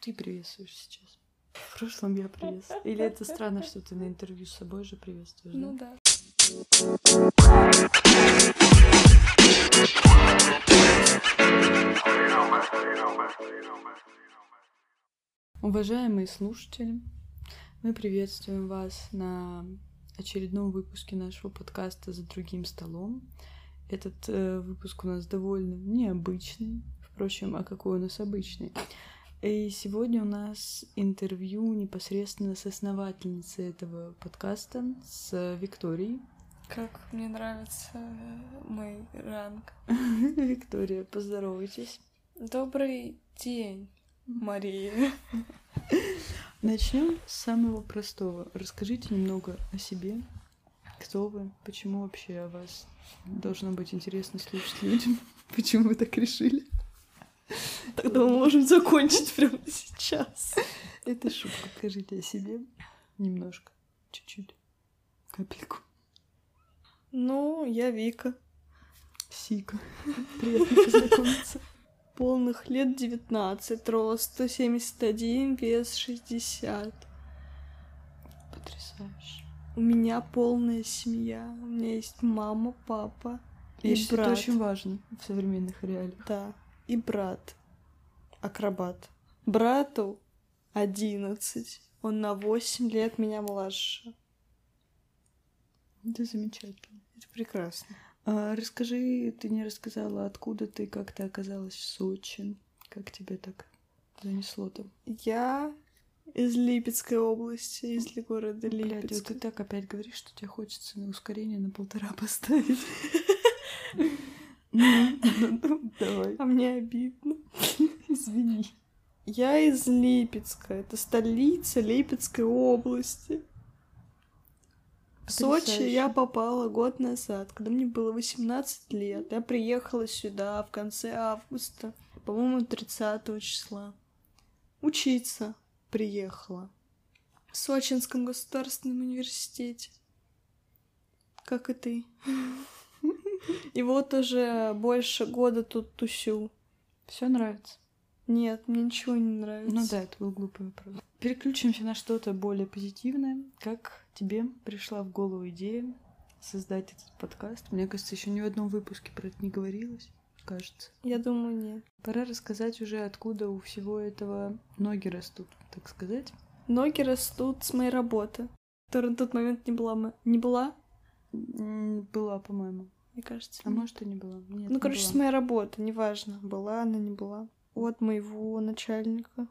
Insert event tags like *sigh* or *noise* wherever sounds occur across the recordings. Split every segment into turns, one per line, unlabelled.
Ты приветствуешь сейчас. В прошлом я приветствую. Или это странно, что ты на интервью с собой же приветствуешь, да?
Ну да.
Уважаемые слушатели, мы приветствуем вас на очередном выпуске нашего подкаста «За другим столом». Этот э, выпуск у нас довольно необычный. Впрочем, а какой у нас обычный? И сегодня у нас интервью непосредственно с основательницей этого подкаста, с э, Викторией. *laughs*
Как мне нравится э, мой ранг.
Виктория, поздоровайтесь.
Добрый день, Мария.
Начнем с самого простого. Расскажите немного о себе. Кто вы? Почему вообще о вас должно быть интересно слушать людям? *laughs* Почему вы так решили?
Тогда мы можем закончить прямо сейчас.
Это шутка. Скажите о себе немножко, чуть-чуть, капельку.
Ну, я Вика.
Сика. Приятно познакомиться.
Полных лет 19, рост 171, вес 60.
Потрясающе.
У меня полная семья. У меня есть мама, папа и,
Я считаю,
брат.
это очень важно в современных реалиях.
Да, и брат. Акробат. Брату 11. Он на 8 лет меня младше.
Это замечательно.
Это прекрасно.
А, расскажи, ты не рассказала, откуда ты, как ты оказалась в Сочи? Как тебе так занесло там?
Я из Липецкой области, из ли- города
Блядь, вот
Липецк.
ты так опять говоришь, что тебе хочется на ускорение на полтора *laughs* поставить. Ну, ну,
*laughs*
ну, Давай.
А мне обидно.
Извини.
Я из Липецка. Это столица Липецкой области. В Сочи
Потрясающе.
я попала год назад, когда мне было 18 лет. Я приехала сюда в конце августа, по-моему, 30 числа. Учиться приехала. В Сочинском государственном университете. Как и ты. И вот уже больше года тут тусю.
Все нравится.
Нет, мне ничего не нравится.
Ну да, это был глупый вопрос. Переключимся на что-то более позитивное. Как тебе пришла в голову идея создать этот подкаст? Мне кажется, еще ни в одном выпуске про это не говорилось, кажется.
Я думаю, нет.
Пора рассказать уже, откуда у всего этого ноги растут, так сказать.
Ноги растут с моей работы, которая на тот момент не была... мо- Не была,
М, Была, по-моему.
мне кажется.
А может, и не была. Нет,
ну,
не
короче,
была.
с моей работы, неважно, была она, не была. От моего начальника.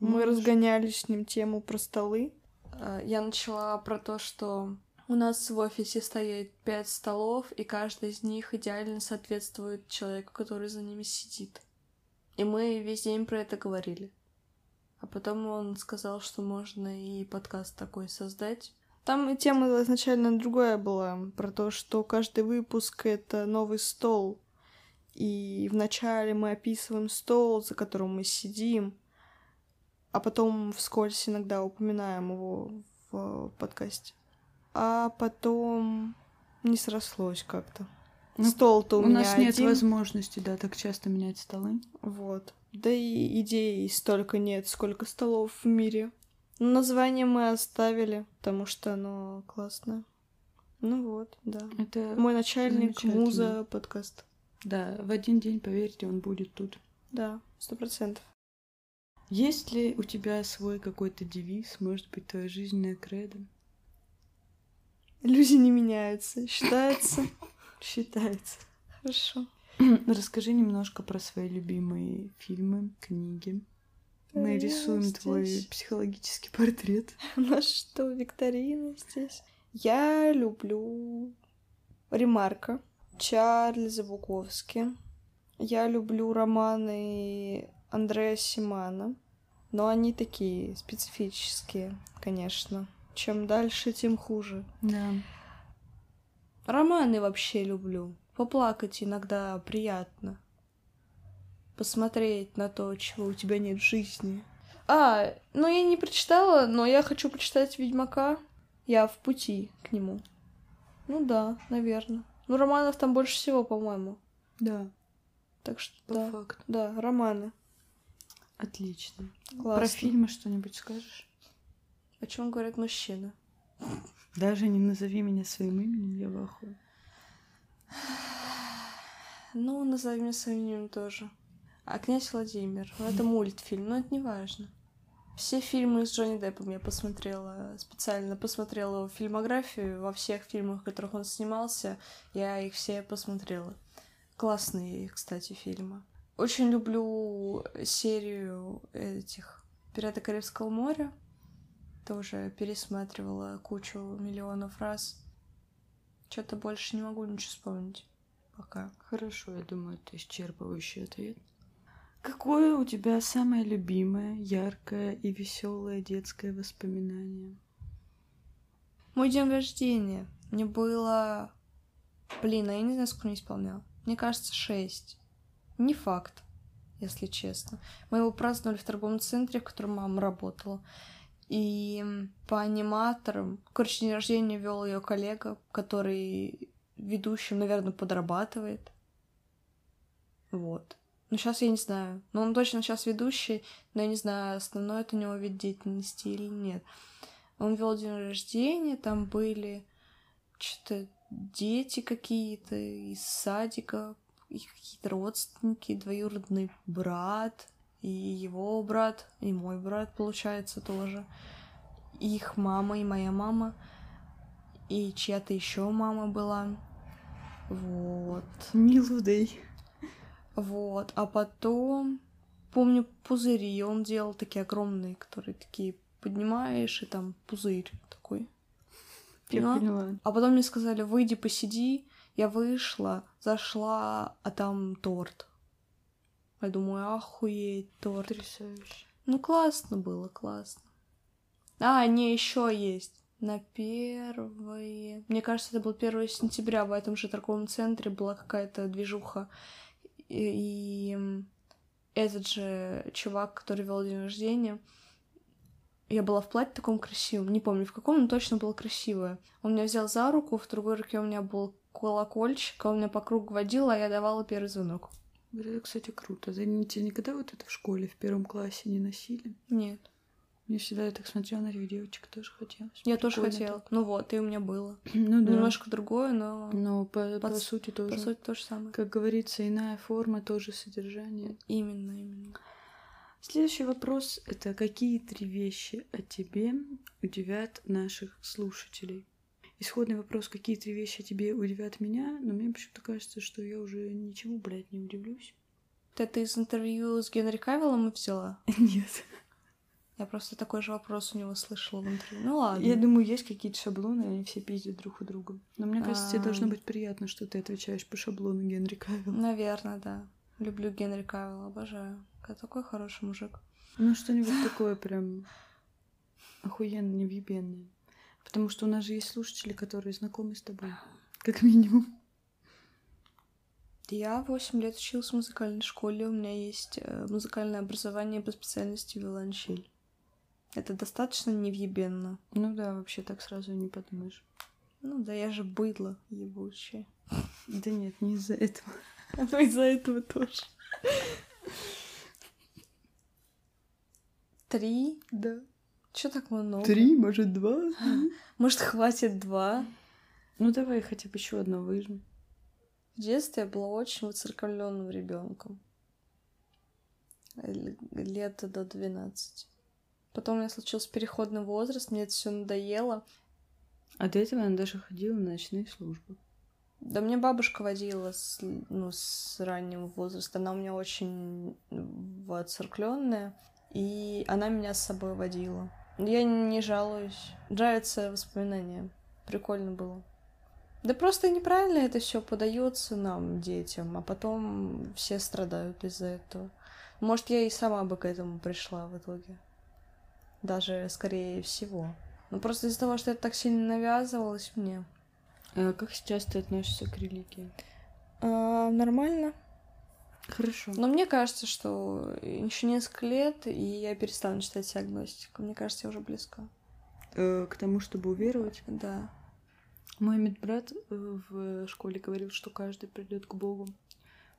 Мы
Можешь.
разгоняли с ним тему про столы. А, Я начала про то, что у нас в офисе стоит пять столов, и каждый из них идеально соответствует человеку, который за ними сидит. И мы весь день про это говорили. А потом он сказал, что можно и подкаст такой создать. Там и тема изначально другая была, про то, что каждый выпуск — это новый стол. И вначале мы описываем стол, за которым мы сидим, а потом вскользь иногда упоминаем его в э, подкасте. А потом не срослось как-то.
Ну,
Стол-то у,
У
меня
нас нет
один.
возможности, да, так часто менять столы.
Вот. Да и идей столько нет, сколько столов в мире. Но название мы оставили, потому что оно классное. Ну вот, да.
Это,
Мой начальник,
Замечательно.
муза, подкаст.
да, в один день, поверьте, он будет тут.
Да, сто процентов.
Есть ли у тебя свой какой-то девиз, может быть, твоя жизненная кредо?
Люди не меняются, считается.
Считается.
*laughs* Хорошо.
Расскажи немножко про свои любимые фильмы, книги. Мы
Э, Я
рисуем твой
здесь.
психологический портрет.
*laughs* У нас что, викторина здесь? Я люблю Ремарка, Чарльза Буковски. Я люблю романы Андрея Симана. Но они такие специфические, конечно. Чем дальше, тем хуже.
Да.
Романы вообще люблю. Поплакать иногда приятно. Посмотреть на то, чего у тебя нет в жизни. А, ну я не прочитала, но я хочу прочитать Ведьмака. Я в пути к нему. Ну да, наверное. Ну, романов там больше всего, по-моему.
Да,
Так что
по
да.
факту.
Да, романы.
Отлично. Про
Классно.
фильмы что-нибудь скажешь?
О чем говорят мужчины?
Даже не назови меня своим именем, я в ахуе.
Ну, назови меня своим именем тоже. А князь Владимир. Ну, это мультфильм, но это не важно. Все фильмы с Джонни Деппом я посмотрела, специально посмотрела его фильмографию. Во всех фильмах, в которых он снимался, я их все посмотрела. Классные, кстати, фильмы. Очень люблю серию этих «Пираты Карибского моря». Тоже пересматривала кучу миллионов раз. Что-то больше не могу ничего вспомнить пока.
Хорошо, я думаю, это исчерпывающий ответ. Какое у тебя самое любимое, яркое и веселое детское воспоминание?
Мой день рождения. Мне было... Блин, а я не знаю, сколько мне исполнял. Мне кажется, шесть. Не факт, если честно. Мы его праздновали в торговом центре, в котором мама работала. И по аниматорам... Короче, день рождения вел ее коллега, который ведущим, наверное, подрабатывает. Вот. Ну, сейчас я не знаю. Но он точно сейчас ведущий, но я не знаю, основной это у него вид деятельности или нет. Он вел день рождения, там были что-то дети какие-то из садика, и какие-то родственники, двоюродный брат, и его брат, и мой брат, получается, тоже. И Их мама, и моя мама, и чья-то еще мама была. Вот.
Милый
Вот. А потом, помню, пузыри он делал такие огромные, которые такие поднимаешь, и там пузырь такой.
Я
Поняла?
поняла.
А потом мне сказали, выйди, посиди. Я вышла, зашла, а там торт. Я думаю, охуеть, торт.
Потрясающе.
Ну, классно было, классно. А, не, еще есть. На первое... Мне кажется, это было 1 сентября. В этом же торговом центре была какая-то движуха. И, и, м, этот же чувак, который вел день рождения, я была в платье таком красивом, не помню в каком, но точно было красивое. Он меня взял за руку, в другой руке у меня был колокольчик, а он меня по кругу водил, а я давала первый звонок.
Вот это, кстати, круто. Да не- тебе никогда вот это в школе в первом классе не носили?
Нет,
Мне всегда я так смотрела на этих девочек, тоже хотелось.
я тоже
Прикольно
хотела.
так. *clears throat*
Ну вот, и у меня было.
Ну да.
Немножко другое, но
Но по, по
Под-
сути тоже.
по сути то же самое.
Как говорится, иная форма, тоже содержание.
Именно, именно.
Следующий вопрос — это какие три вещи о тебе удивят наших слушателей? Исходный вопрос, какие три вещи о тебе удивят меня, но мне почему-то кажется, что я уже ничего, блядь, не удивлюсь. *laughs*
Вот Это из интервью с Генри Кавиллом и взяла.
Нет.
Я просто такой же вопрос у него слышала в интервью. Ну ладно.
Я думаю, есть какие-то шаблоны, и они все пиздят друг у друга. Но мне кажется, тебе
А.
должно быть приятно, что ты отвечаешь по шаблону Генри Кавилла.
Наверное, да. Люблю Генри Кавилла, обожаю. Ка- Такой хороший мужик.
Ну, что-нибудь такое прям охуенно невъебенное. Потому что у нас же есть слушатели, которые знакомы с тобой. Как минимум.
Я 8 лет училась в музыкальной школе, у меня есть э, музыкальное образование по специальности виолончель. Это достаточно невъебенно.
Ну да, вообще так сразу не подумаешь.
Ну да, я же быдло ебучее.
Да нет, не из-за этого.
Ну из-за этого тоже. Три?
Да.
Чё так много?
может, два?
Может, хватит два?
*laughs* Ну давай хотя бы еще одно выжмем.
В детстве я была очень выцерковленным ребенком. Лето до 12. Потом у меня случился переходный возраст, мне это все надоело.
А до этого она даже ходила на ночные службы.
Да мне бабушка водила с, ну, с раннего возраста. Она у меня очень воцеркленная. И она меня с собой водила. Я не жалуюсь. Нравятся воспоминания. Прикольно было. Да просто неправильно это все подается нам, детям, а потом все страдают из-за этого. Может, я и сама бы к этому пришла в итоге. Даже скорее всего. Но просто из-за того, что это так сильно навязывалось мне.
А как сейчас ты относишься к религии?
А, нормально.
Хорошо.
Но мне кажется, что еще несколько лет, и я перестану считать себя агностиком. Мне кажется, я уже близка.
Э, к тому, чтобы уверовать.
Да.
Мой медбрат э, в школе говорил, что каждый придет к Богу,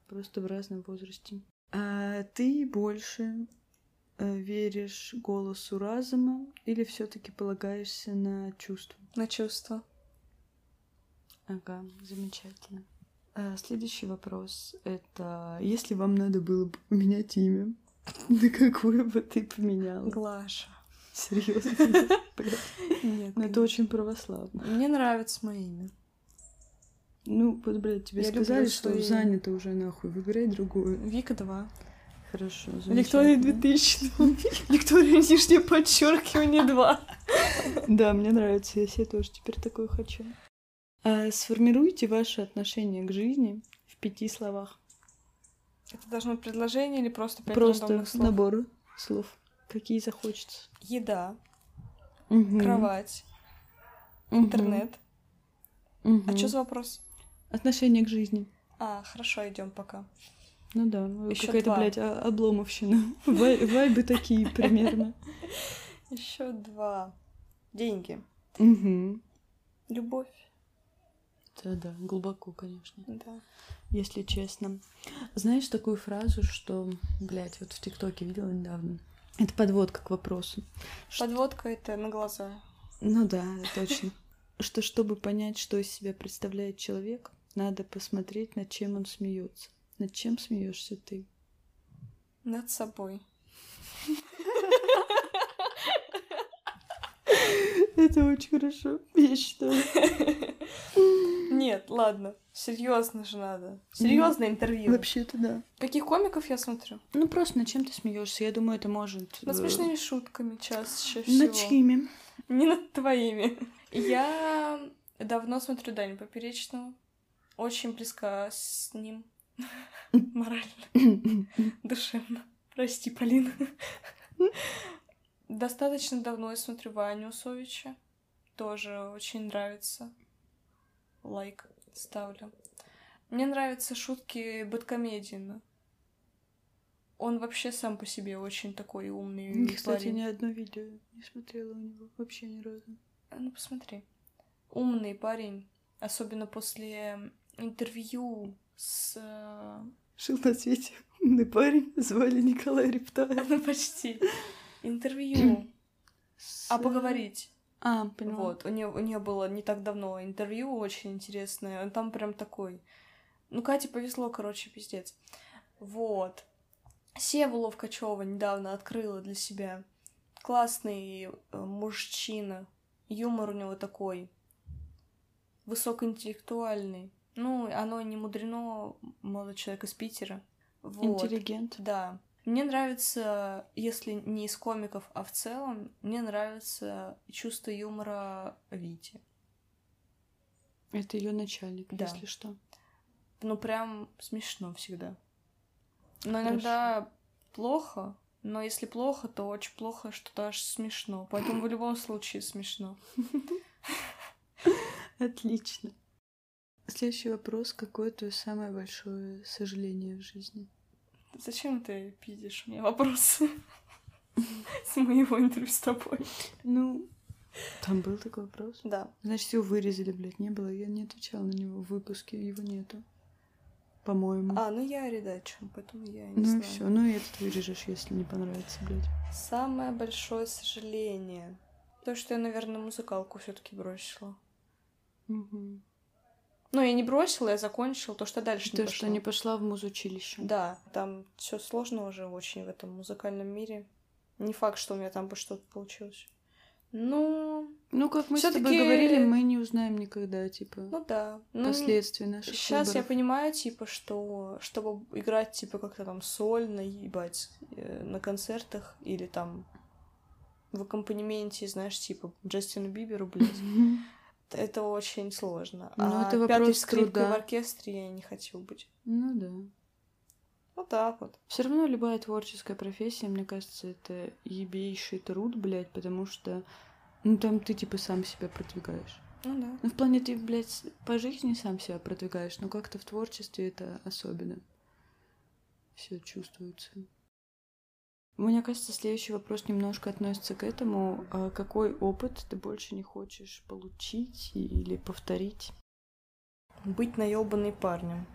просто в разном возрасте. А ты больше веришь голосу разума или все-таки полагаешься на чувства?
на чувства.
Ага, замечательно. А, Следующий вопрос — это если вам надо было бы поменять имя, *laughs* на какое бы ты поменяла?
Глаша.
*laughs* Серьезно?
Нет.
Ну, это
конечно.
очень православно.
Мне нравится мое имя.
Ну, вот, блядь, тебе
Я люблю
сказали, что
своё имя.
занято уже нахуй, выбирай другое.
Вика 2.
Хорошо,
Виктория
замечательно. *laughs*
2000. Виктория нижнее подчеркивание 2.
Да, мне нравится, я себе тоже теперь такое хочу. А, Сформируйте ваше отношение к жизни в пяти словах.
Это должно быть предложение или просто пять
Просто
рандомных слов?
набор слов, какие захочется.
Еда,
Мгм.
кровать,
Мгм.
интернет.
Мгм.
А что за вопрос?
Отношение к жизни.
А, хорошо, идем пока.
Ну да, ну
Ещё
какая-то,
два.
блядь, а- обломовщина. *laughs* Вай- Вайбы такие примерно.
Еще два. Деньги.
Мгм.
Любовь.
Да-да, глубоко, конечно.
Да.
Если честно. Знаешь такую фразу, что, блядь, вот в ТикТоке видела недавно? Это подводка к вопросу. Ш-
Подводка это на глаза.
Ну да, точно. *laughs* Что чтобы понять, что из себя представляет человек, надо посмотреть, над чем он смеется. Над чем смеешься ты?
Над собой.
*laughs* Это очень хорошо, я считаю.
Нет, ладно. Серьезно же надо. Серьезное интервью.
Вообще-то да.
Каких комиков я смотрю?
Ну просто над чем ты смеешься? Я думаю, это может.
Над
э,
смешными шутками чаще всего.
Над чьими? *laughs*
Не над твоими. Я давно смотрю Даню Поперечного. Очень близка с
*laughs*
ним. Морально, душевно. Прости, Полина. Достаточно давно я смотрю Ваню Усовича. Тоже очень нравится. Лайк ставлю. Мне нравятся шутки Бэткомедиана. Он вообще сам по себе очень такой умный.
Я, Ну, Кстати,
парень.
ни одно видео не смотрела у него вообще ни разу.
А Ну, посмотри. Умный парень, особенно после интервью с... э, *laughs*
Жил на свете умный парень, звали Николай Рептаев.
Ну, почти. Интервью.
С-
А поговорить.
А, поняла.
Вот. У нее, у нее было не так давно интервью очень интересное. Он там прям такой... Ну, Кате повезло, короче, пиздец. Вот. Сева Ловкачева недавно открыла для себя. Классный э, мужчина. Юмор у него такой. Высокоинтеллектуальный. Ну, оно не мудрено, молодой человек из Питера. Вот.
Интеллигент.
Да. Мне нравится, если не из комиков, а в целом, мне нравится чувство юмора Вити.
Это ее начальник,
Да.
если что.
Ну, прям смешно всегда. Но
Хорошо.
иногда плохо, но если плохо, то очень плохо, что то аж смешно. Поэтому в любом случае смешно.
Отлично. Следующий вопрос. Какое твое самое большое сожаление в жизни?
Зачем ты пиздишь у меня вопросы *laughs* с моего интервью с тобой?
Ну, там был такой вопрос.
Да.
Значит, его вырезали, блядь, не было. Я не отвечала на него в выпуске, его нету. По-моему.
А, ну я редачу, поэтому я не
ну
знаю.
и все. Ну и этот вырежешь, если не понравится, блядь.
Самое большое сожаление. То, что я, наверное, музыкалку все-таки бросила.
Мгм.
Ну, я не бросила, я закончила то, что дальше не
То,
пошло.
что не пошла в музучилище.
Да, там все сложно уже очень в этом музыкальном мире. Не факт, что у меня там бы что-то получилось. Ну,
Ну, как мы с тобой
Всё-таки-
говорили, мы не узнаем никогда, типа,
ну да. Ну,
последствий наших
Сейчас я
выборов.
понимаю, типа, что чтобы играть, типа, как-то там сольно, ебать, э, на концертах или там в аккомпанементе, знаешь, типа, Джастину Биберу, блядь,
*laughs* Мгм.
Это очень сложно.
Ну,
а
это вопрос
пятой скрипкой
труда.
в оркестре я не хочу быть.
Ну да.
Вот так вот.
Все равно любая творческая профессия, мне кажется, это ебейший труд, блядь, потому что, ну, там ты, типа, сам себя продвигаешь.
Ну да.
Ну, в плане ты, блядь, с- по жизни сам себя продвигаешь, но как-то в творчестве это особенно. Все чувствуется. Мне кажется, следующий вопрос немножко относится к этому. А Какой опыт ты больше не хочешь получить и- или повторить?
Быть наёбанной парнем.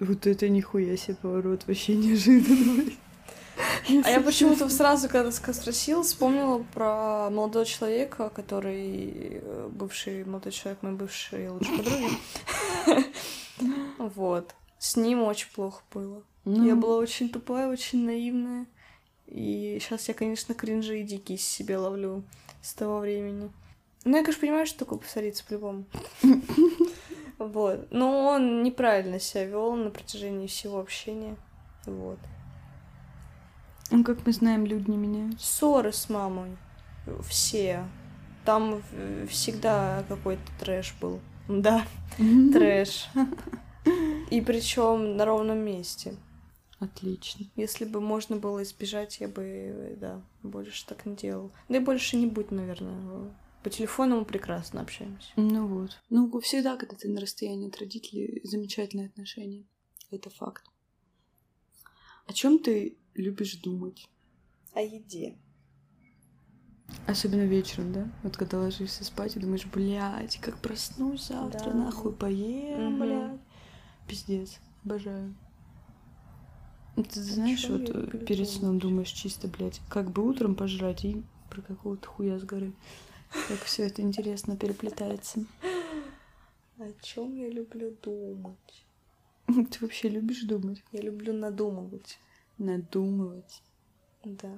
Вот это нихуя себе поворот, вообще неожиданно.
*laughs* А я *laughs* почему-то сразу, когда ты спросил, вспомнила про молодого человека, который э, бывший молодой человек моей бывшей лучшей подруги. *laughs* Вот. С ним очень плохо было.
Ну,
Я была очень тупая, очень наивная. И сейчас я, конечно, кринжи и дикие себе ловлю с того времени. Ну, я, конечно, понимаю, что такое повторится по-любому. Вот. Но он неправильно себя вел на протяжении всего общения. Вот.
ну, как мы знаем, люди не меняются.
Ссоры с мамой. Все. Там в- всегда какой-то трэш был. Да, трэш. И причем на ровном месте.
Отлично.
Если бы можно было избежать, я бы, э, да, больше так не делал. Да и больше не будет, наверное. По телефону мы прекрасно общаемся.
Ну вот. Ну, всегда, когда ты на расстоянии от родителей, замечательные отношения. Это факт. О чем ты любишь думать?
О еде.
Особенно вечером, да? Вот когда ложишься спать и думаешь, блядь, как проснусь завтра,
Да.
нахуй поем,
Мгм.
блядь. Пиздец, обожаю. Ну, Ты, знаешь,
чё
вот
я
э,
люблю
перед сном
думать?
думаешь чисто, блядь, как бы утром пожрать и про какого-то хуя с горы. Как все это интересно переплетается. *laughs*
О чем я люблю думать?
Ты вообще любишь думать?
Я люблю надумывать.
Надумывать.
Да.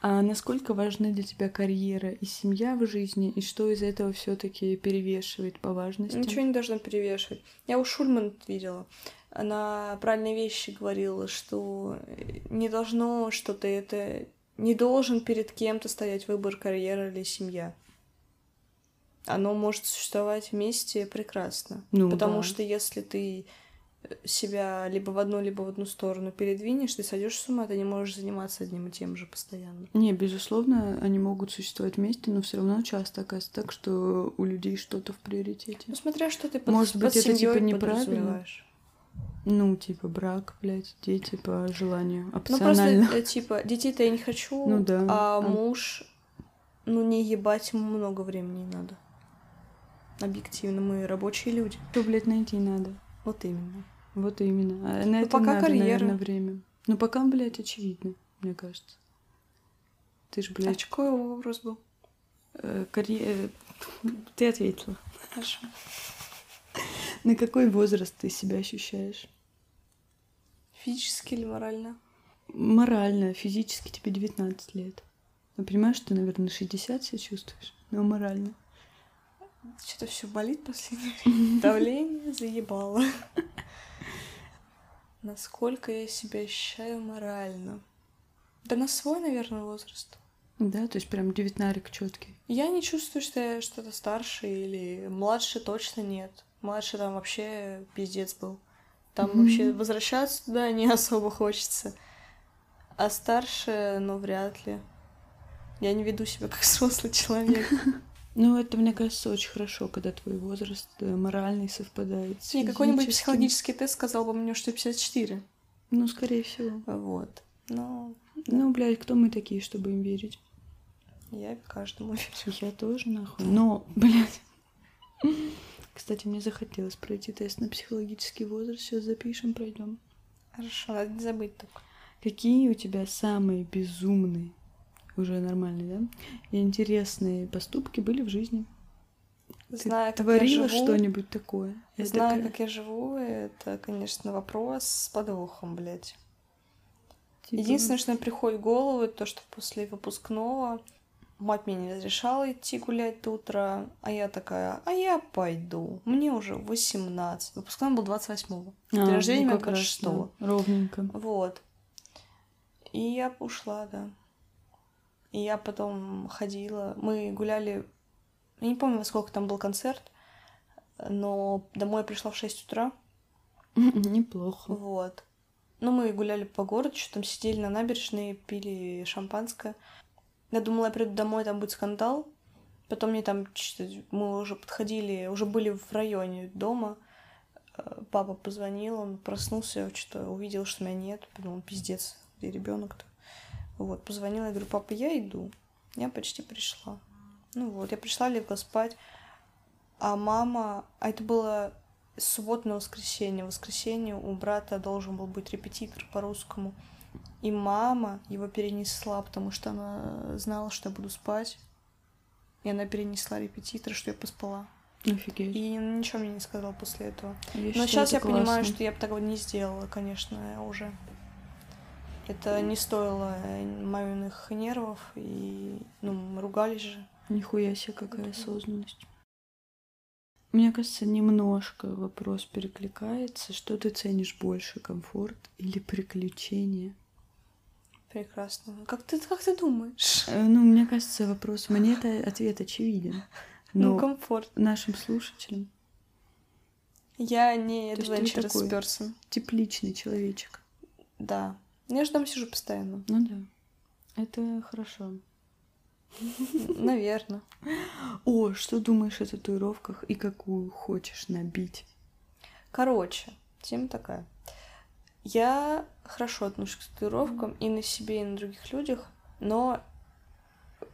А насколько важны для тебя карьера и семья в жизни, и что из этого все-таки перевешивает по важности?
Ничего не должно перевешивать. Я у Шульман это видела. Она правильные вещи говорила, что э, не должно что-то это... Не должен перед кем-то стоять выбор карьера или семья. Оно может существовать вместе прекрасно.
Ну
Потому
да.
что если ты э, себя либо в одну, либо в одну сторону передвинешь, ты сойдешь с ума, ты не можешь заниматься одним и тем же постоянно.
Не, безусловно, они могут существовать вместе, но все равно часто оказывается так, что у людей что-то в приоритете.
Ну, смотря что ты под,
Может
под
быть, это, типа,
семьёй
неправильно?
подразумеваешь.
Ну, типа брак, блядь, дети по желанию,
Ну просто,
опционально. *laughs*
э, типа, детей-то я не хочу,
Ну да.
а
А-
муж, ну не ебать, ему много времени надо. Объективно, мы рабочие люди.
Что, блядь, найти надо?
Вот именно.
Вот именно. А на это
Ну, пока
надо,
карьера.
наверное, время. Ну, пока, блядь, очевидно, мне кажется. Ты же,
А
блядь,
какой его вопрос был? А
э, *laughs* карье- э, Ты ответила.
Хорошо.
На какой возраст ты себя ощущаешь?
Физически или морально?
Морально, физически тебе 19 лет. Ну, понимаешь, ты, наверное, 60 себя чувствуешь, но морально.
Что-то все болит
*laughs*
последнее время. Давление заебало. Насколько я себя ощущаю морально? Да на свой, наверное, возраст.
Да, то есть прям девятнарик четкий.
Я не чувствую, что я что-то старше или младше точно нет. Младше там вообще пиздец был. Там
Мгм.
вообще возвращаться туда не *laughs* особо хочется. А старше, ну, вряд ли. Я не веду себя как *laughs* взрослый человек.
*laughs* Ну, это, мне кажется, очень хорошо, когда твой возраст э, моральный совпадает с
И какой-нибудь
физическим.
психологический тест сказал бы мне, что 54.
Ну, скорее всего.
Вот. Но
Ну, блядь, кто мы такие, чтобы им верить?
я каждому верю.
Я тоже, нахуй. Но, *laughs* блядь. Кстати, мне захотелось пройти тест на психологический возраст. Сейчас запишем, пройдем.
Хорошо, надо не забыть только.
Какие у тебя самые безумные, уже нормальные, да, и интересные поступки были в жизни? Ты
Знаю, как я
творила
живу,
что-нибудь такое? Я
Знаю,
такая,
как я живу, это, конечно, вопрос с подвохом, блядь.
типа,
Единственное, что мне приходит в голову, это то, что после выпускного мать мне не разрешала идти гулять до утра, а я такая, а я пойду. Мне уже 18. Выпускной был 28-го.
а,
день
ну,
рождения у меня
как раз,
26-го.
да, Ровненько. *laughs*
Вот. И я ушла, да. И я потом ходила. Мы гуляли... Я не помню, во сколько там был концерт, но домой я пришла в 6 утра.
Неплохо.
Вот. Ну, мы гуляли по городу, что там сидели на набережной, пили шампанское. Я думала, я приду домой, там будет скандал. Потом мне там чё-то- мы уже подходили, уже были в районе дома. Э, Папа позвонил, он проснулся, что-то увидел, что меня нет. Подумал, пиздец, где ребенок-то? Вот, позвонила, я говорю, папа, я иду. Я почти пришла. Ну вот, я пришла, легла спать. А мама... А это было суббота на воскресенье. В воскресенье у брата должен был быть репетитор по русскому. И мама его перенесла, потому что она знала, что я буду спать. И она перенесла репетитора, что я поспала.
Офигеть.
И ничего мне не сказала после этого.
Я
Но
считаю,
сейчас
это
я понимаю,
классно.
что я бы такого не сделала, конечно, уже. Это не стоило э, маминых нервов, и ну, мы ругались же.
Нихуя себе, какая
Да.
осознанность. Мне кажется, немножко вопрос перекликается. Что ты ценишь больше, комфорт или приключения?
Прекрасно. Как ты, как ты думаешь?
Э, Ну, мне кажется, вопрос... Мне это ответ очевиден. Но
Ну, комфорт.
нашим слушателям
Я не
То есть ты не
adventurous
такой.
person.
тепличный человечек.
Да. Я же там сижу
*laughs*
постоянно.
Ну да. Это хорошо.
Наверное.
О, что думаешь о татуировках и какую хочешь набить?
Короче, тема такая. Я хорошо отношусь к татуировкам и на себе, и на других людях, но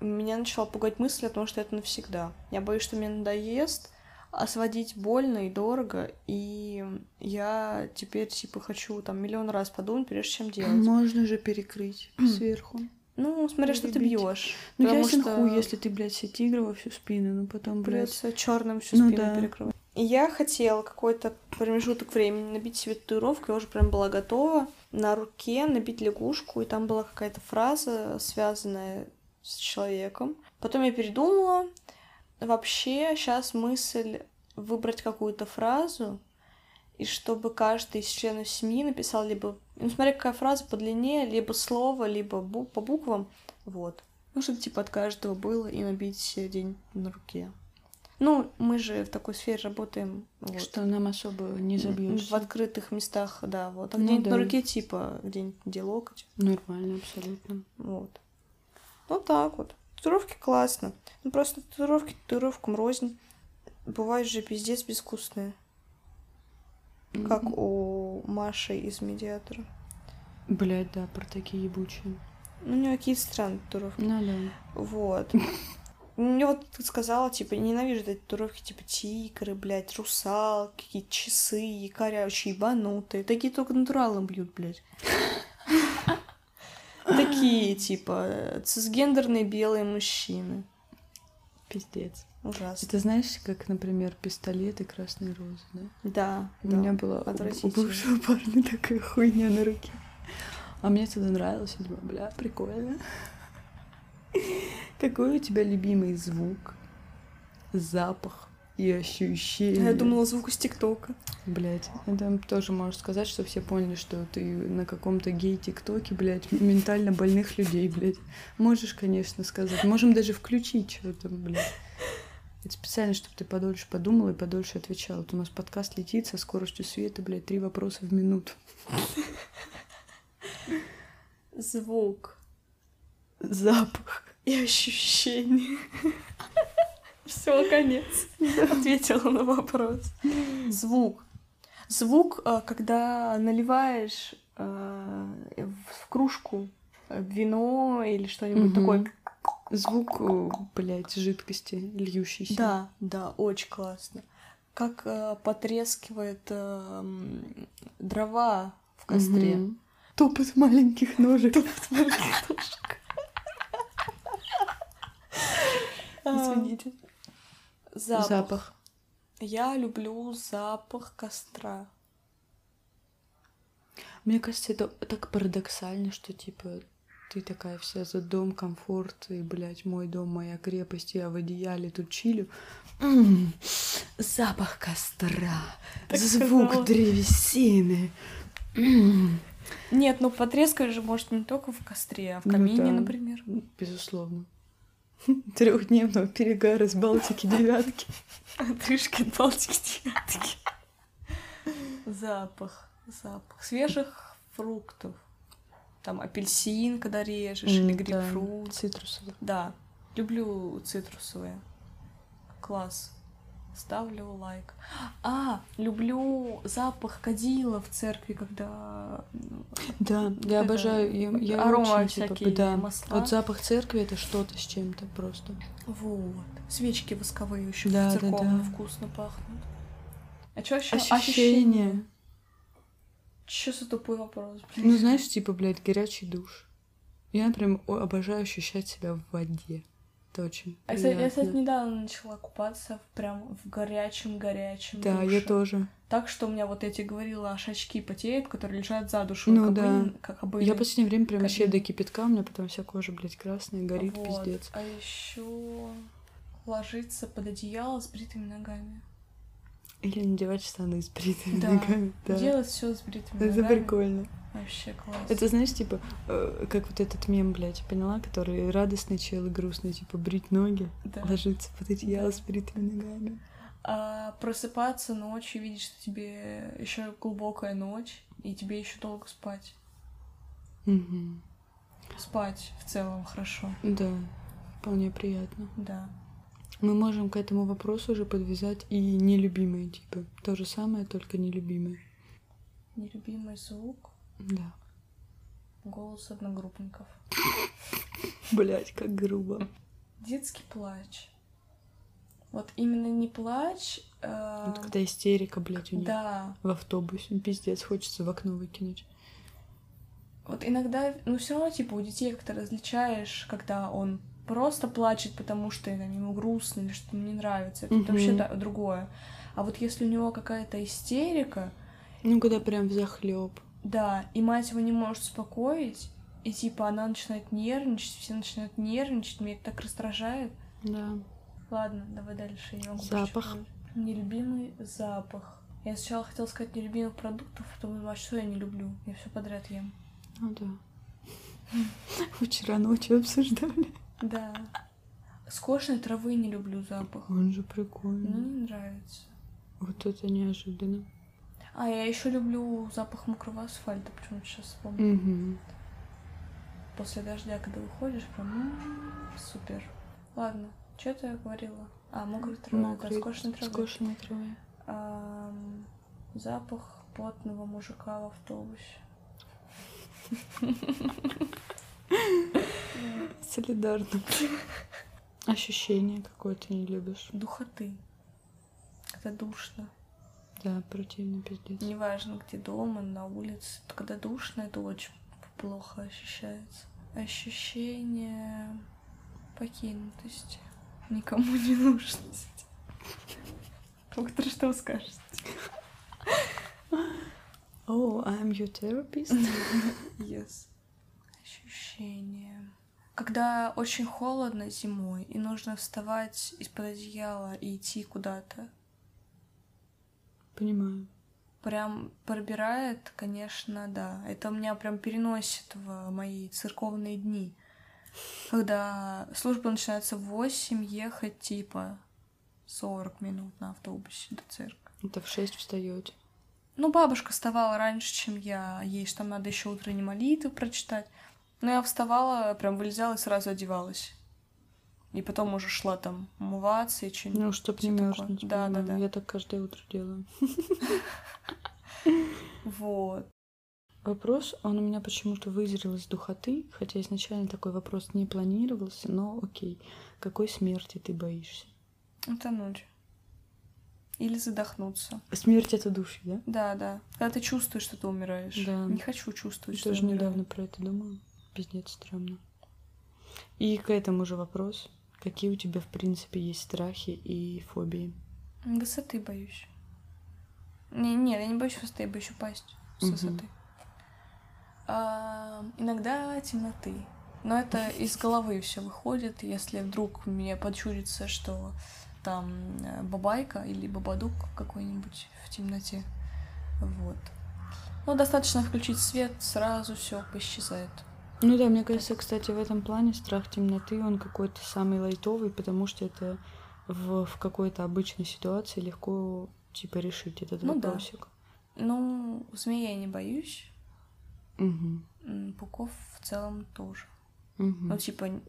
меня начала пугать мысль о том, что это навсегда. Я боюсь, что мне надоест, а сводить больно и дорого, и я теперь, типа, хочу там миллион раз подумать, прежде чем делать.
Можно же перекрыть сверху.
Ну, смотря что ты
Любить.
бьешь.
Ну,
Потому
ясен
что-
хуй, если ты, блядь, все тигра во всю спину, ну потом, блядь,
Придется черным всю
Ну
спину
да.
перекрывать. И я хотела какой-то промежуток времени набить себе татуировку, я уже прям была готова на руке набить лягушку, и там была какая-то фраза, связанная с человеком. Потом я передумала. Вообще сейчас мысль выбрать какую-то фразу, и чтобы каждый из членов семьи написал либо... Ну, смотря какая фраза по длине, либо слово, либо бу- по буквам. Вот. Ну, чтобы типа от каждого было и набить себе день на руке. Ну, мы же в такой сфере работаем. Вот.
что нам особо не
В
забьешься.
открытых местах, да, вот. А
Ну
где-нибудь
да.
на руке, типа, где-нибудь где локоть,
Нормально, абсолютно.
вот. Вот так вот. Татуировки классно. Ну, просто татуировки татуировкам рознь. Бывают же пиздец безвкусные, как
Мгм.
у Маши из «Медиатора».
Блядь, да, про такие ебучие.
Ну, у нее какие-то странные татуировки.
Ну да.
Вот.
*laughs*
Ну, Мне вот ты сказала, типа, ненавижу эти татуировки, типа, тигры, блядь, русалки, какие-то часы, якоря, вообще ебанутые. Такие только натуралом бьют, блядь.
*laughs*
Такие, типа, цисгендерные белые мужчины.
Пиздец.
Ужасно.
Это знаешь, как, например, пистолет и красные розы, да?
Да,
У меня
да.
была у- у
отвратительно.
бывшего парня такая хуйня на руке. А мне тогда нравилось. Я думаю, бля, прикольно. Какой у тебя любимый звук, запах и ощущение?
Я думала, звук из ТикТока.
Блять, это тоже можешь сказать, что все поняли, что ты на каком-то гей-тиктоке, блядь, ментально больных людей, блядь. Можешь, конечно, сказать. Можем даже включить, что там, блядь. Это специально, чтобы ты подольше подумала и подольше отвечала. Вот у нас подкаст летит со скоростью света, блядь, три вопроса в минуту.
Звук
Запах.
и ощущение. Все, конец. Ответила на вопрос. Звук. Звук, э, когда наливаешь э, в кружку э, вино или что-нибудь
Мгм.
такое.
Звук, э, блядь, жидкости льющейся.
Да, да, очень классно. Как э, потрескивает э, м, дрова в костре.
Мгм. Топот маленьких ножек.
А,
Извините.
Запах.
Запах.
Я люблю запах костра.
Мне кажется, это так парадоксально, что типа ты такая вся за дом, комфорт, и, блядь, мой дом, моя крепость, я в одеяле тут чилю. М, запах костра,
Так
звук
сказала.
древесины. М-м-м. М,
Нет, ну потрескиваешь же, может, не только в костре, а в
Ну
камине,
да.
например. *laughs*
Безусловно. Трехдневного перегара с Балтики *laughs* девятки.
Отрыжки от Балтики девятки. Запах, запах свежих фруктов. Там апельсин, когда режешь, или
М, да,
грейпфрут.
Цитрусовых.
Да, люблю цитрусовые. Класс. Ставлю лайк. А, люблю запах кадила в церкви, когда... ну,
Да, я
Это
обожаю. Я, я
арома
очень, типа,
всякие,
да.
масла.
Вот запах церкви это что-то с чем-то просто.
Вот. Свечки восковые еще
Да, да,
церковно
да.
вкусно пахнут. А что еще?
Ощущение.
Чё за тупой вопрос, блин?
Ну, знаешь, типа, блядь, горячий душ. Я прям о- обожаю ощущать себя в воде. Это очень
А, кстати, Я, кстати,
приятно.
недавно начала купаться в- прям в горячем-горячем
Да,
душе.
я тоже.
Так что у меня вот эти говорила аж очки потеют, которые лежат за душу.
Ну
как
да.
были- как были.
Я в последнее время прям вообще
Кабина.
до кипятка, у меня потом вся кожа, блядь, красная, горит,
Вот.
пиздец.
А еще ложиться под одеяло с бритыми ногами.
Или надевать штаны с бритыми
Да.
ногами. Да.
Делать все с бритыми
Это
ногами.
прикольно.
Вообще класс.
Это, знаешь, типа, э, как вот этот мем, блядь, поняла, который радостный чел и грустный, типа, брить ноги,
Да.
ложиться под одеяло
Да.
с бритыми ногами.
А просыпаться ночью, видишь, что тебе еще глубокая ночь, и тебе еще долго спать.
Мгм.
Спать в целом хорошо.
Да, вполне приятно.
Да.
Мы можем к этому вопросу уже подвязать и нелюбимые, типа, то же самое, только нелюбимые.
Нелюбимый звук
Да. *laughs*
голос одногруппников.
Блять, как грубо.
Детский плач. Вот именно не плач. а,
Вот когда истерика, блядь, у них
да.
в автобусе, пиздец, хочется в окно выкинуть.
Вот иногда, ну все равно, типа, у детей как-то различаешь, когда он просто плачет, потому что там, ему грустно или что ему не нравится. Это
Мгм.
вообще та- другое. А вот если у него какая-то истерика,
Ну, когда прям захлеб.
Да, и мать его не может успокоить, и типа она начинает нервничать, все начинают нервничать, меня это так раздражает.
Да.
Ладно, давай дальше, я не могу больше
Запах.
говорить. Нелюбимый запах. Я сначала хотела сказать нелюбимых продуктов, а потом думала, а что я не люблю? Я все подряд ем.
Ну да. *laughs* Вчера ночью обсуждали.
Да. Скошенной травы не люблю запах.
Он же
Ну,
прикольный.
не нравится.
Вот это неожиданно.
А, я еще люблю запах мокрого асфальта, почему-то сейчас вспомнила.
Угу.
После дождя, когда выходишь, прям м, супер. Ладно, что-то я говорила. А, мокрый трава, да, скошенной травы.
Скошенной травы.
Ам, запах потного мужика в автобусе.
Солидарно. *laughs* Ощущение какое ты не любишь.
Духоты. Когда душно.
Да, противный пиздец.
Неважно, где дома, на улице. Вот Когда душно, это очень плохо ощущается. Ощущение покинутости. Никому не нужности. Доктор, что скажет?
О, I'm your therapist. *laughs*
Yes. Ощущение. Когда очень холодно зимой, и нужно вставать из-под одеяла и идти куда-то,
Понимаю.
прям пробирает, конечно, да. Это меня прям переносит в мои церковные дни. Когда служба начинается в 8, ехать типа 40 минут на автобусе до церкви.
Это в шесть встаете.
Ну, бабушка вставала раньше, чем я. Ей же там надо еще утренние молитвы прочитать. Но я вставала, прям вылезала и сразу одевалась. И потом уже шла там умываться и что-нибудь.
Ну, чтоб не типа,
Всё такое.
мерзнуть.
Да, да,
понимаю.
да.
Я так каждое утро делаю. Ну.
Вот.
Вопрос, он у меня почему-то вызрел из духоты, хотя изначально такой вопрос не планировался, но окей. Какой смерти ты боишься?
Утонуть. Или задохнуться.
Смерть это души, да?
Да, да. Когда ты чувствуешь, что ты умираешь.
Да.
Не хочу чувствовать,
Я
что я
тоже
умираю.
недавно про это думала. Пиздец, стрёмно. И к этому же вопрос. Какие у тебя, в принципе, есть страхи и фобии?
Высоты боюсь. Не, нет, я не боюсь высоты, я боюсь упасть с
Мгм.
высоты. А, иногда темноты. Но
*laughs*
это из головы все выходит. Если вдруг мне подчурится, что там э, бабайка или бабадук какой-нибудь в темноте. Вот. Ну, достаточно включить свет, сразу все исчезает.
Ну да, мне кажется, кстати, в этом плане страх темноты, он какой-то самый лайтовый, потому что это в, в какой-то обычной ситуации легко, типа, решить этот
Ну да.
вопросик.
Ну, змея я не боюсь.
Угу.
м, Пауков в целом тоже.
Мгм.
Ну, типа,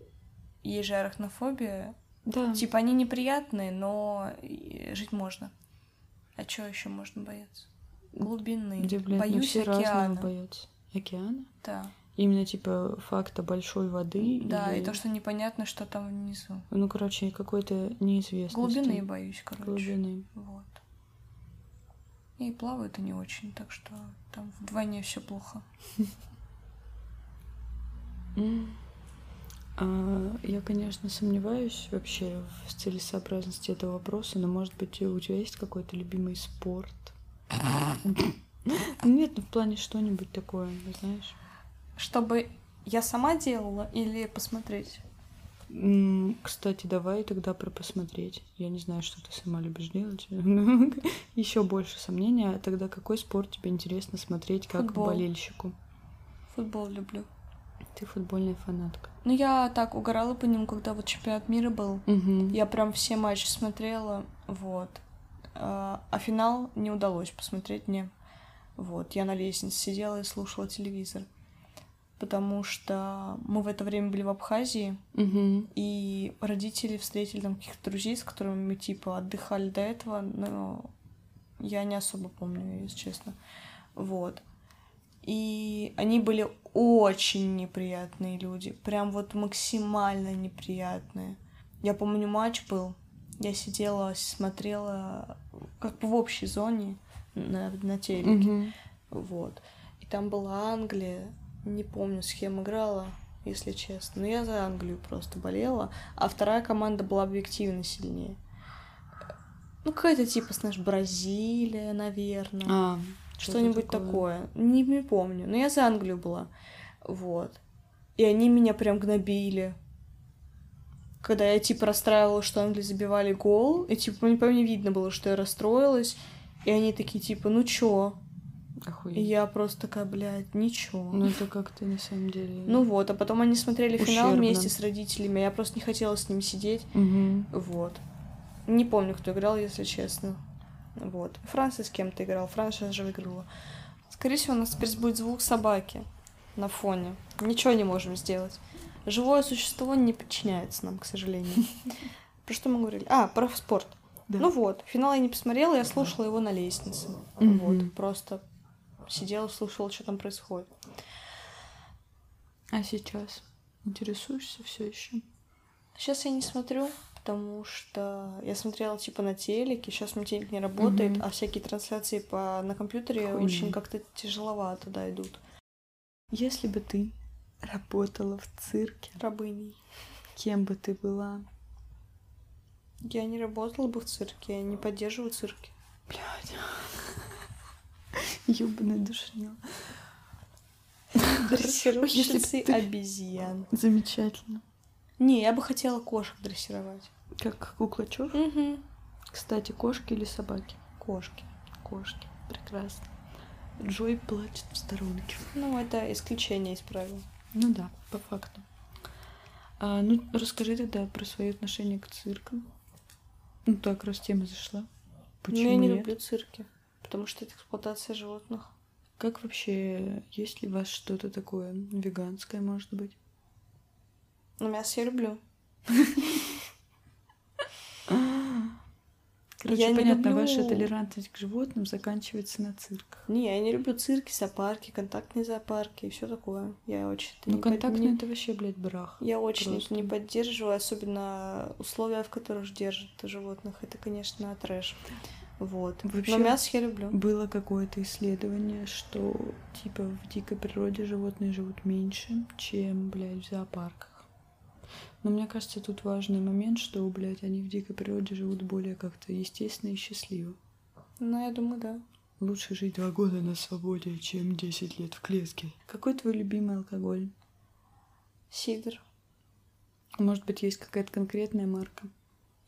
есть же арахнофобия.
Да.
Типа, они неприятные, но и жить можно. А чего еще можно бояться? Глубины.
Где, блядь, ну
Боюсь
все разного
океана.
боятся. Океана?
Да.
Именно, типа, факта большой воды.
да,
или-
и то, что непонятно, что там внизу.
Ну, короче, какой-то неизвестности.
Глубины боюсь, короче.
Глубины.
Вот. И плавают они очень, так что там вдвойне все плохо.
А, я, конечно, сомневаюсь вообще в целесообразности этого вопроса, но, может быть, у тебя есть какой-то любимый спорт? Нет, ну в плане что-нибудь такое, знаешь.
Чтобы я сама делала или посмотреть?
М, Кстати, давай тогда про посмотреть. Я не знаю, что ты сама любишь делать. *laughs* Еще больше сомнения. А Тогда какой спорт тебе интересно смотреть как
Футбол.
болельщику?
Футбол люблю.
Ты футбольная фанатка.
Ну, я так угорала по нему, когда вот чемпионат мира был.
Мгм.
Я прям все матчи смотрела, вот. А а финал не удалось посмотреть мне. Вот, я на лестнице сидела и слушала телевизор. Потому что мы в это время были в Абхазии,
Мгм.
и родители встретили там каких-то друзей, с которыми мы, типа, отдыхали до этого, но я не особо помню, если честно. Вот. И они были очень неприятные люди. Прям вот максимально неприятные. Я помню, матч был. Я сидела, смотрела как бы в общей зоне на, на телеке.
Мгм.
Вот. И там была Англия. Не помню, с кем играла, если честно. Но я за Англию просто болела. А вторая команда была объективно сильнее. Ну, какая-то типа, знаешь, Бразилия, наверное.
А,
Что-нибудь
что-то
такое. Не, не помню. Но я за Англию была. Вот. И они меня прям гнобили. Когда я, типа, расстраивалась, что Англии забивали гол, и, типа, мне по мне видно было, что я расстроилась, и они такие, типа, ну чё? И
Охуеть.
я просто такая, блядь, ничего.
Ну это как ты на самом деле.
Ну вот, а потом они смотрели финал
Ущербно.
вместе с родителями, а я просто не хотела с ним сидеть.
Мгм.
Вот. Не помню, кто играл, если честно. Вот. Франция с кем-то играл, Франция же выиграла. Скорее всего, у нас теперь будет звук собаки на фоне. Ничего не можем сделать. Живое существо не подчиняется нам,
*laughs*
к сожалению. Про что мы говорили? А, про спорт.
Да.
Ну вот, финал я не посмотрела, я слушала его на лестнице.
Мгм.
Вот, просто сидела, слушала, что там происходит.
А сейчас интересуешься все еще?
Сейчас я не смотрю, потому что я смотрела типа на телеке, сейчас мой телек не работает,
Мгм.
а всякие трансляции по на компьютере
Хуйня.
очень как-то тяжеловато да, идут.
Если бы ты работала в цирке,
Рабыней.
кем бы ты была?
Я не работала бы в цирке, я не
*laughs*
поддерживаю цирки.
Блядь. Ёбаная душнила. *laughs*
Дрессировщицы *laughs*
ты-
обезьян.
Замечательно.
Не, я бы хотела кошек дрессировать.
Как куклачев?
Угу.
Кстати, кошки или собаки?
Кошки.
Кошки. Прекрасно. Джой плачет в сторонке.
Ну, это исключение из правил.
Ну да, по факту. А, ну, расскажи тогда про свои отношения к циркам. Ну так, раз тема зашла. Почему
Но я не
нет?
люблю цирки, потому что это эксплуатация животных.
Как вообще, есть ли у вас что-то такое веганское, может быть?
Но мясо я люблю.
Короче,
Я не
понятно,
люблю-
ваша толерантность к животным заканчивается на цирках.
Не, я не люблю цирки, зоопарки, контактные зоопарки и все такое. Я очень... это
Ну,
не под-
контактные
не-
это вообще, блядь, брах.
Я очень это
просто.
не поддерживаю, особенно условия, в которых держат животных. Это, конечно, трэш. Вот.
Вообще-
Но мясо я люблю.
Было какое-то исследование, что, типа, в дикой природе животные живут меньше, чем, блядь, в зоопарках. Но мне кажется, тут важный момент, что, блядь, они в дикой природе живут более как-то естественно и счастливо.
Ну, я думаю, да.
Лучше жить два года на свободе, чем 10 лет в клетке. Какой твой любимый алкоголь?
Сидр.
Может быть, есть какая-то конкретная марка?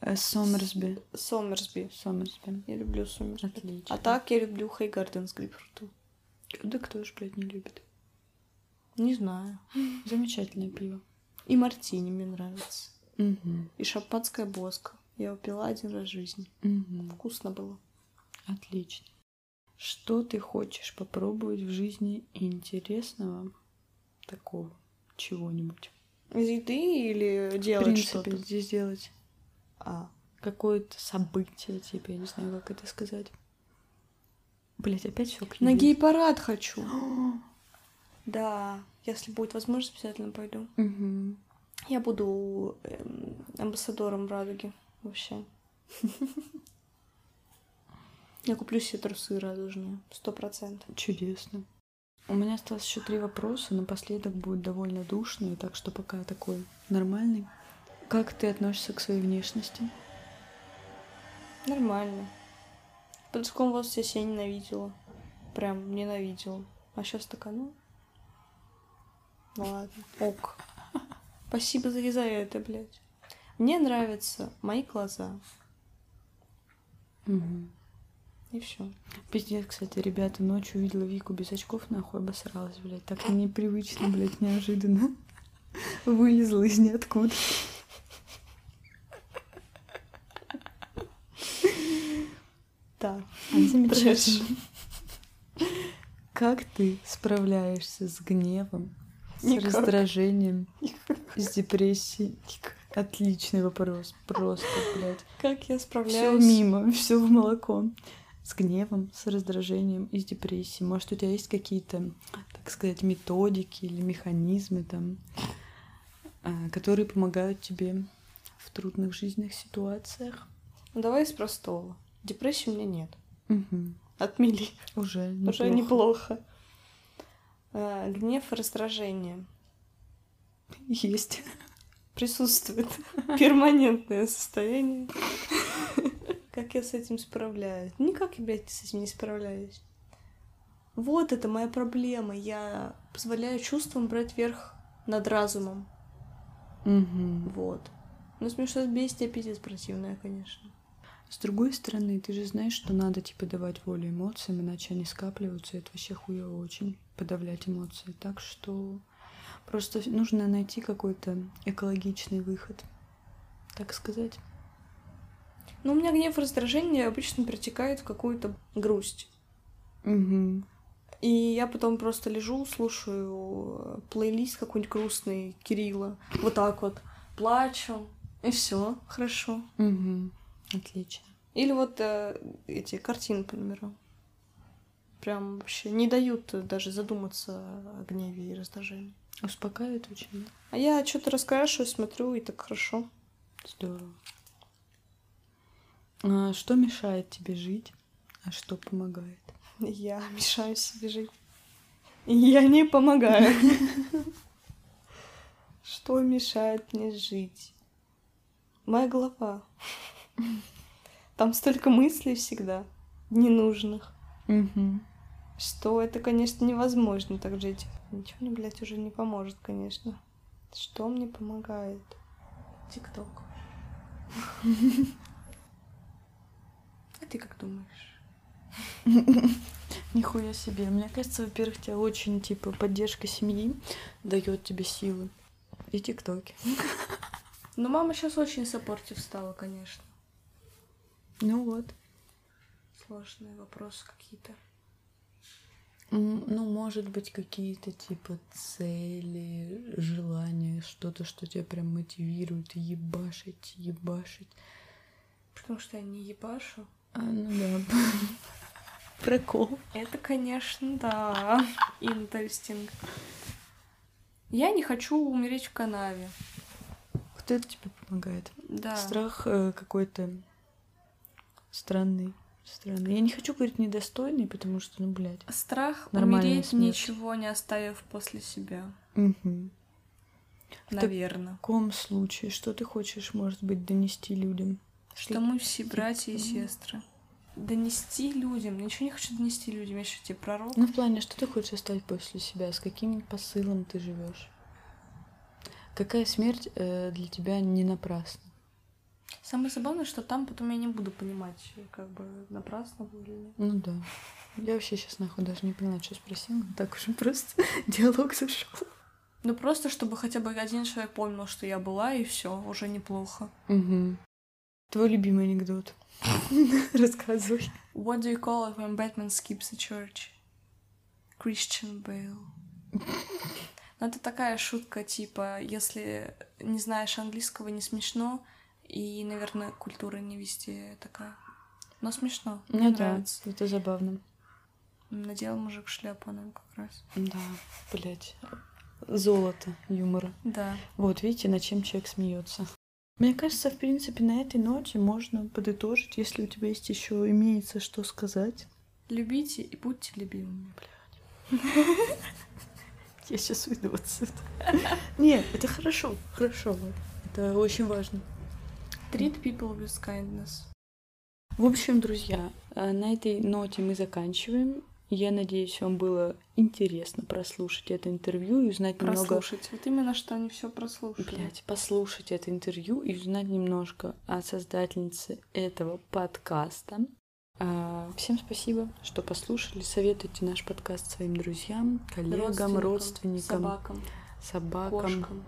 Э, Сомерсби.
Сомерсби.
Сомерсби.
Я люблю Сомерсби.
Отлично.
А так я люблю Хайгарден с грейпфрутом.
Да кто ж, блядь, не любит?
Не знаю.
Замечательное пиво.
И мартини мне нравится.
Угу.
И шампанское боска. Я его пила один раз в жизни.
Угу.
Вкусно было.
Отлично. Что ты хочешь попробовать в жизни интересного такого чего-нибудь?
Из еды или
В
делать
принципе,
что-то?
здесь делать
А,
какое-то событие, типа, я не знаю, как это сказать. Блять, опять все к
На
еде.
гей-парад хочу. Да, если будет возможность, обязательно пойду.
*gasps* Мгм.
Я буду эм, амбассадором радуги вообще. *laughs* Я куплю себе трусы радужные, сто процентов.
Чудесно. У меня осталось еще три вопроса, напоследок будет довольно душный, так что пока такой нормальный. Как ты относишься к своей внешности?
Нормально. В подростковом возрасте я себя ненавидела. Прям ненавидела. А сейчас такая, ну... Ладно, ок. Спасибо за за это, блядь. Мне нравятся мои глаза.
Мгм.
И все.
Пиздец, кстати, ребята, ночью увидела Вику без очков, нахуй обосралась, блядь. Так непривычно, блядь, неожиданно. *laughs* Вылезла из ниоткуда.
Да.
Замечательно. Как ты справляешься с гневом,
Никак.
с раздражением, с депрессией? Отличный вопрос. Просто, блядь.
Как я
Все
справляюсь?
мимо, все в молоко. С гневом, с раздражением и с депрессией. Может, у тебя есть какие-то, так сказать, методики или механизмы там, а, которые помогают тебе в трудных жизненных ситуациях?
Ну, давай из простого. Депрессии у меня нет.
Мгм.
Отмели.
Уже
Уже
неплохо.
неплохо. А, Гнев и раздражение.
*laughs* Есть.
Присутствует *laughs* перманентное состояние. *laughs* Как я с этим справляюсь? Ну, Никак я, блядь, с этим не справляюсь. Вот это моя проблема. Я позволяю чувствам брать верх над разумом.
Мгм.
Вот. Ну, смешно бесит, и пиздец противная, конечно.
С другой стороны, ты же знаешь, что надо, типа, давать волю эмоциям, иначе они скапливаются, и это вообще хуево очень, подавлять эмоции. Так что просто нужно найти какой-то экологичный выход, так сказать.
Но у меня гнев и раздражение обычно перетекает в какую-то грусть.
Угу.
И я потом просто лежу, слушаю э, плейлист какой-нибудь грустный Кирилла. Вот так вот. Плачу. И все хорошо.
Угу. Отлично.
Или вот э, эти картины, по примеру. Прям вообще не дают даже задуматься о гневе и раздражении.
Успокаивает очень. да?
А я что-то раскрашиваю, смотрю, и так хорошо.
Здорово. А что мешает тебе жить, а что помогает?
Я мешаю себе жить. И я не помогаю. Что мешает мне жить? Моя голова. Там столько мыслей всегда, ненужных,
Угу.
что это, конечно, невозможно так жить. Ничего мне, блядь, уже не поможет, конечно. Что мне помогает? Тикток. А ты как думаешь?
Нихуя себе. Мне кажется, во-первых, тебя очень, типа, поддержка семьи дает тебе силы. И тиктоки.
Ну, мама сейчас очень саппортив стала, конечно.
Ну вот.
Сложные вопросы какие-то.
М, Ну, может быть, какие-то, типа, цели, желания, что-то, что тебя прям мотивирует ебашить, ебашить.
Потому что я не ебашу.
А, ну да. *laughs* Прикол.
Это, конечно, да. Интестинг. Я не хочу умереть в канаве.
Кто это тебе помогает?
Да.
Страх э, какой-то странный. Странный. Я не хочу говорить недостойный, потому что, ну, блядь.
Страх
Нормальная
умереть,
смерть.
ничего не оставив после себя.
Мгм. так-
Наверное.
В каком случае? Что ты хочешь, может быть, донести людям?
Что мы все братья и сестры. Донести людям. Ничего не хочу донести людям. Я что, тебе пророк?
Ну, в плане, что ты хочешь оставить после себя? С каким посылом ты живешь? Какая смерть э, для тебя не напрасна?
Самое забавное, что там потом я не буду понимать, как бы напрасно было или нет.
Ну да. Я вообще сейчас нахуй даже не поняла, что спросила. Так уже просто *laughs* диалог зашел.
Ну просто, чтобы хотя бы один человек понял, что я была, и все, уже неплохо.
Угу. Твой любимый анекдот. *laughs* Рассказывай.
What do you call it when Batman skips the church? Christian
*laughs*
Bale. Ну, это такая шутка, типа, если не знаешь английского, не смешно, и, наверное, культура не везде такая. Но смешно, мне
Ну да,
нравится.
это забавно.
Надел мужик шляпу нам как раз.
Да, блять. Золото юмора.
Да.
Вот видите, над чем человек смеется. Мне кажется, в принципе, на этой ноте можно подытожить, если у тебя есть еще имеется что сказать. *laughs*
Любите и будьте любимыми.
Я сейчас уйду отсюда. *laughs* Нет, это хорошо, хорошо. вот. Это очень важно.
Treat people with kindness.
В общем, друзья, э, на этой ноте мы заканчиваем. Я надеюсь, вам было интересно прослушать это интервью и узнать немного...
Прослушать. Вот именно что они все прослушали.
Блять, послушать это интервью и узнать немножко о создательнице этого подкаста. А, Всем спасибо, что послушали. Советуйте наш подкаст своим друзьям, коллегам, родственникам,
собакам,
собакам.
кошкам.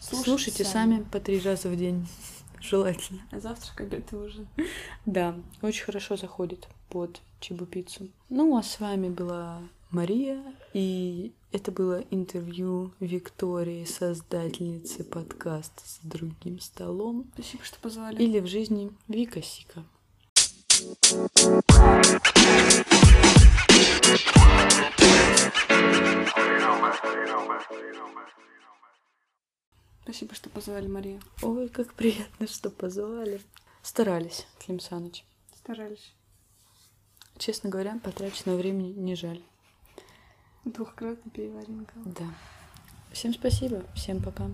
Слушайте сами по три раза в день, *laughs* желательно.
А завтрак, обед и ужин.
Да, очень хорошо заходит под чебупицу. Ну, а с вами была Мария, и это было интервью Виктории, создательницы подкаста «С другим столом»
Спасибо, что позвали.
или в жизни Вика Сика.
Спасибо, что позвали, Мария.
Ой, как приятно, что позвали. Старались, Клим Саныч.
Старались.
Честно говоря, потраченного времени не жаль.
Двухкратно переварим.
Да. Всем спасибо, всем пока.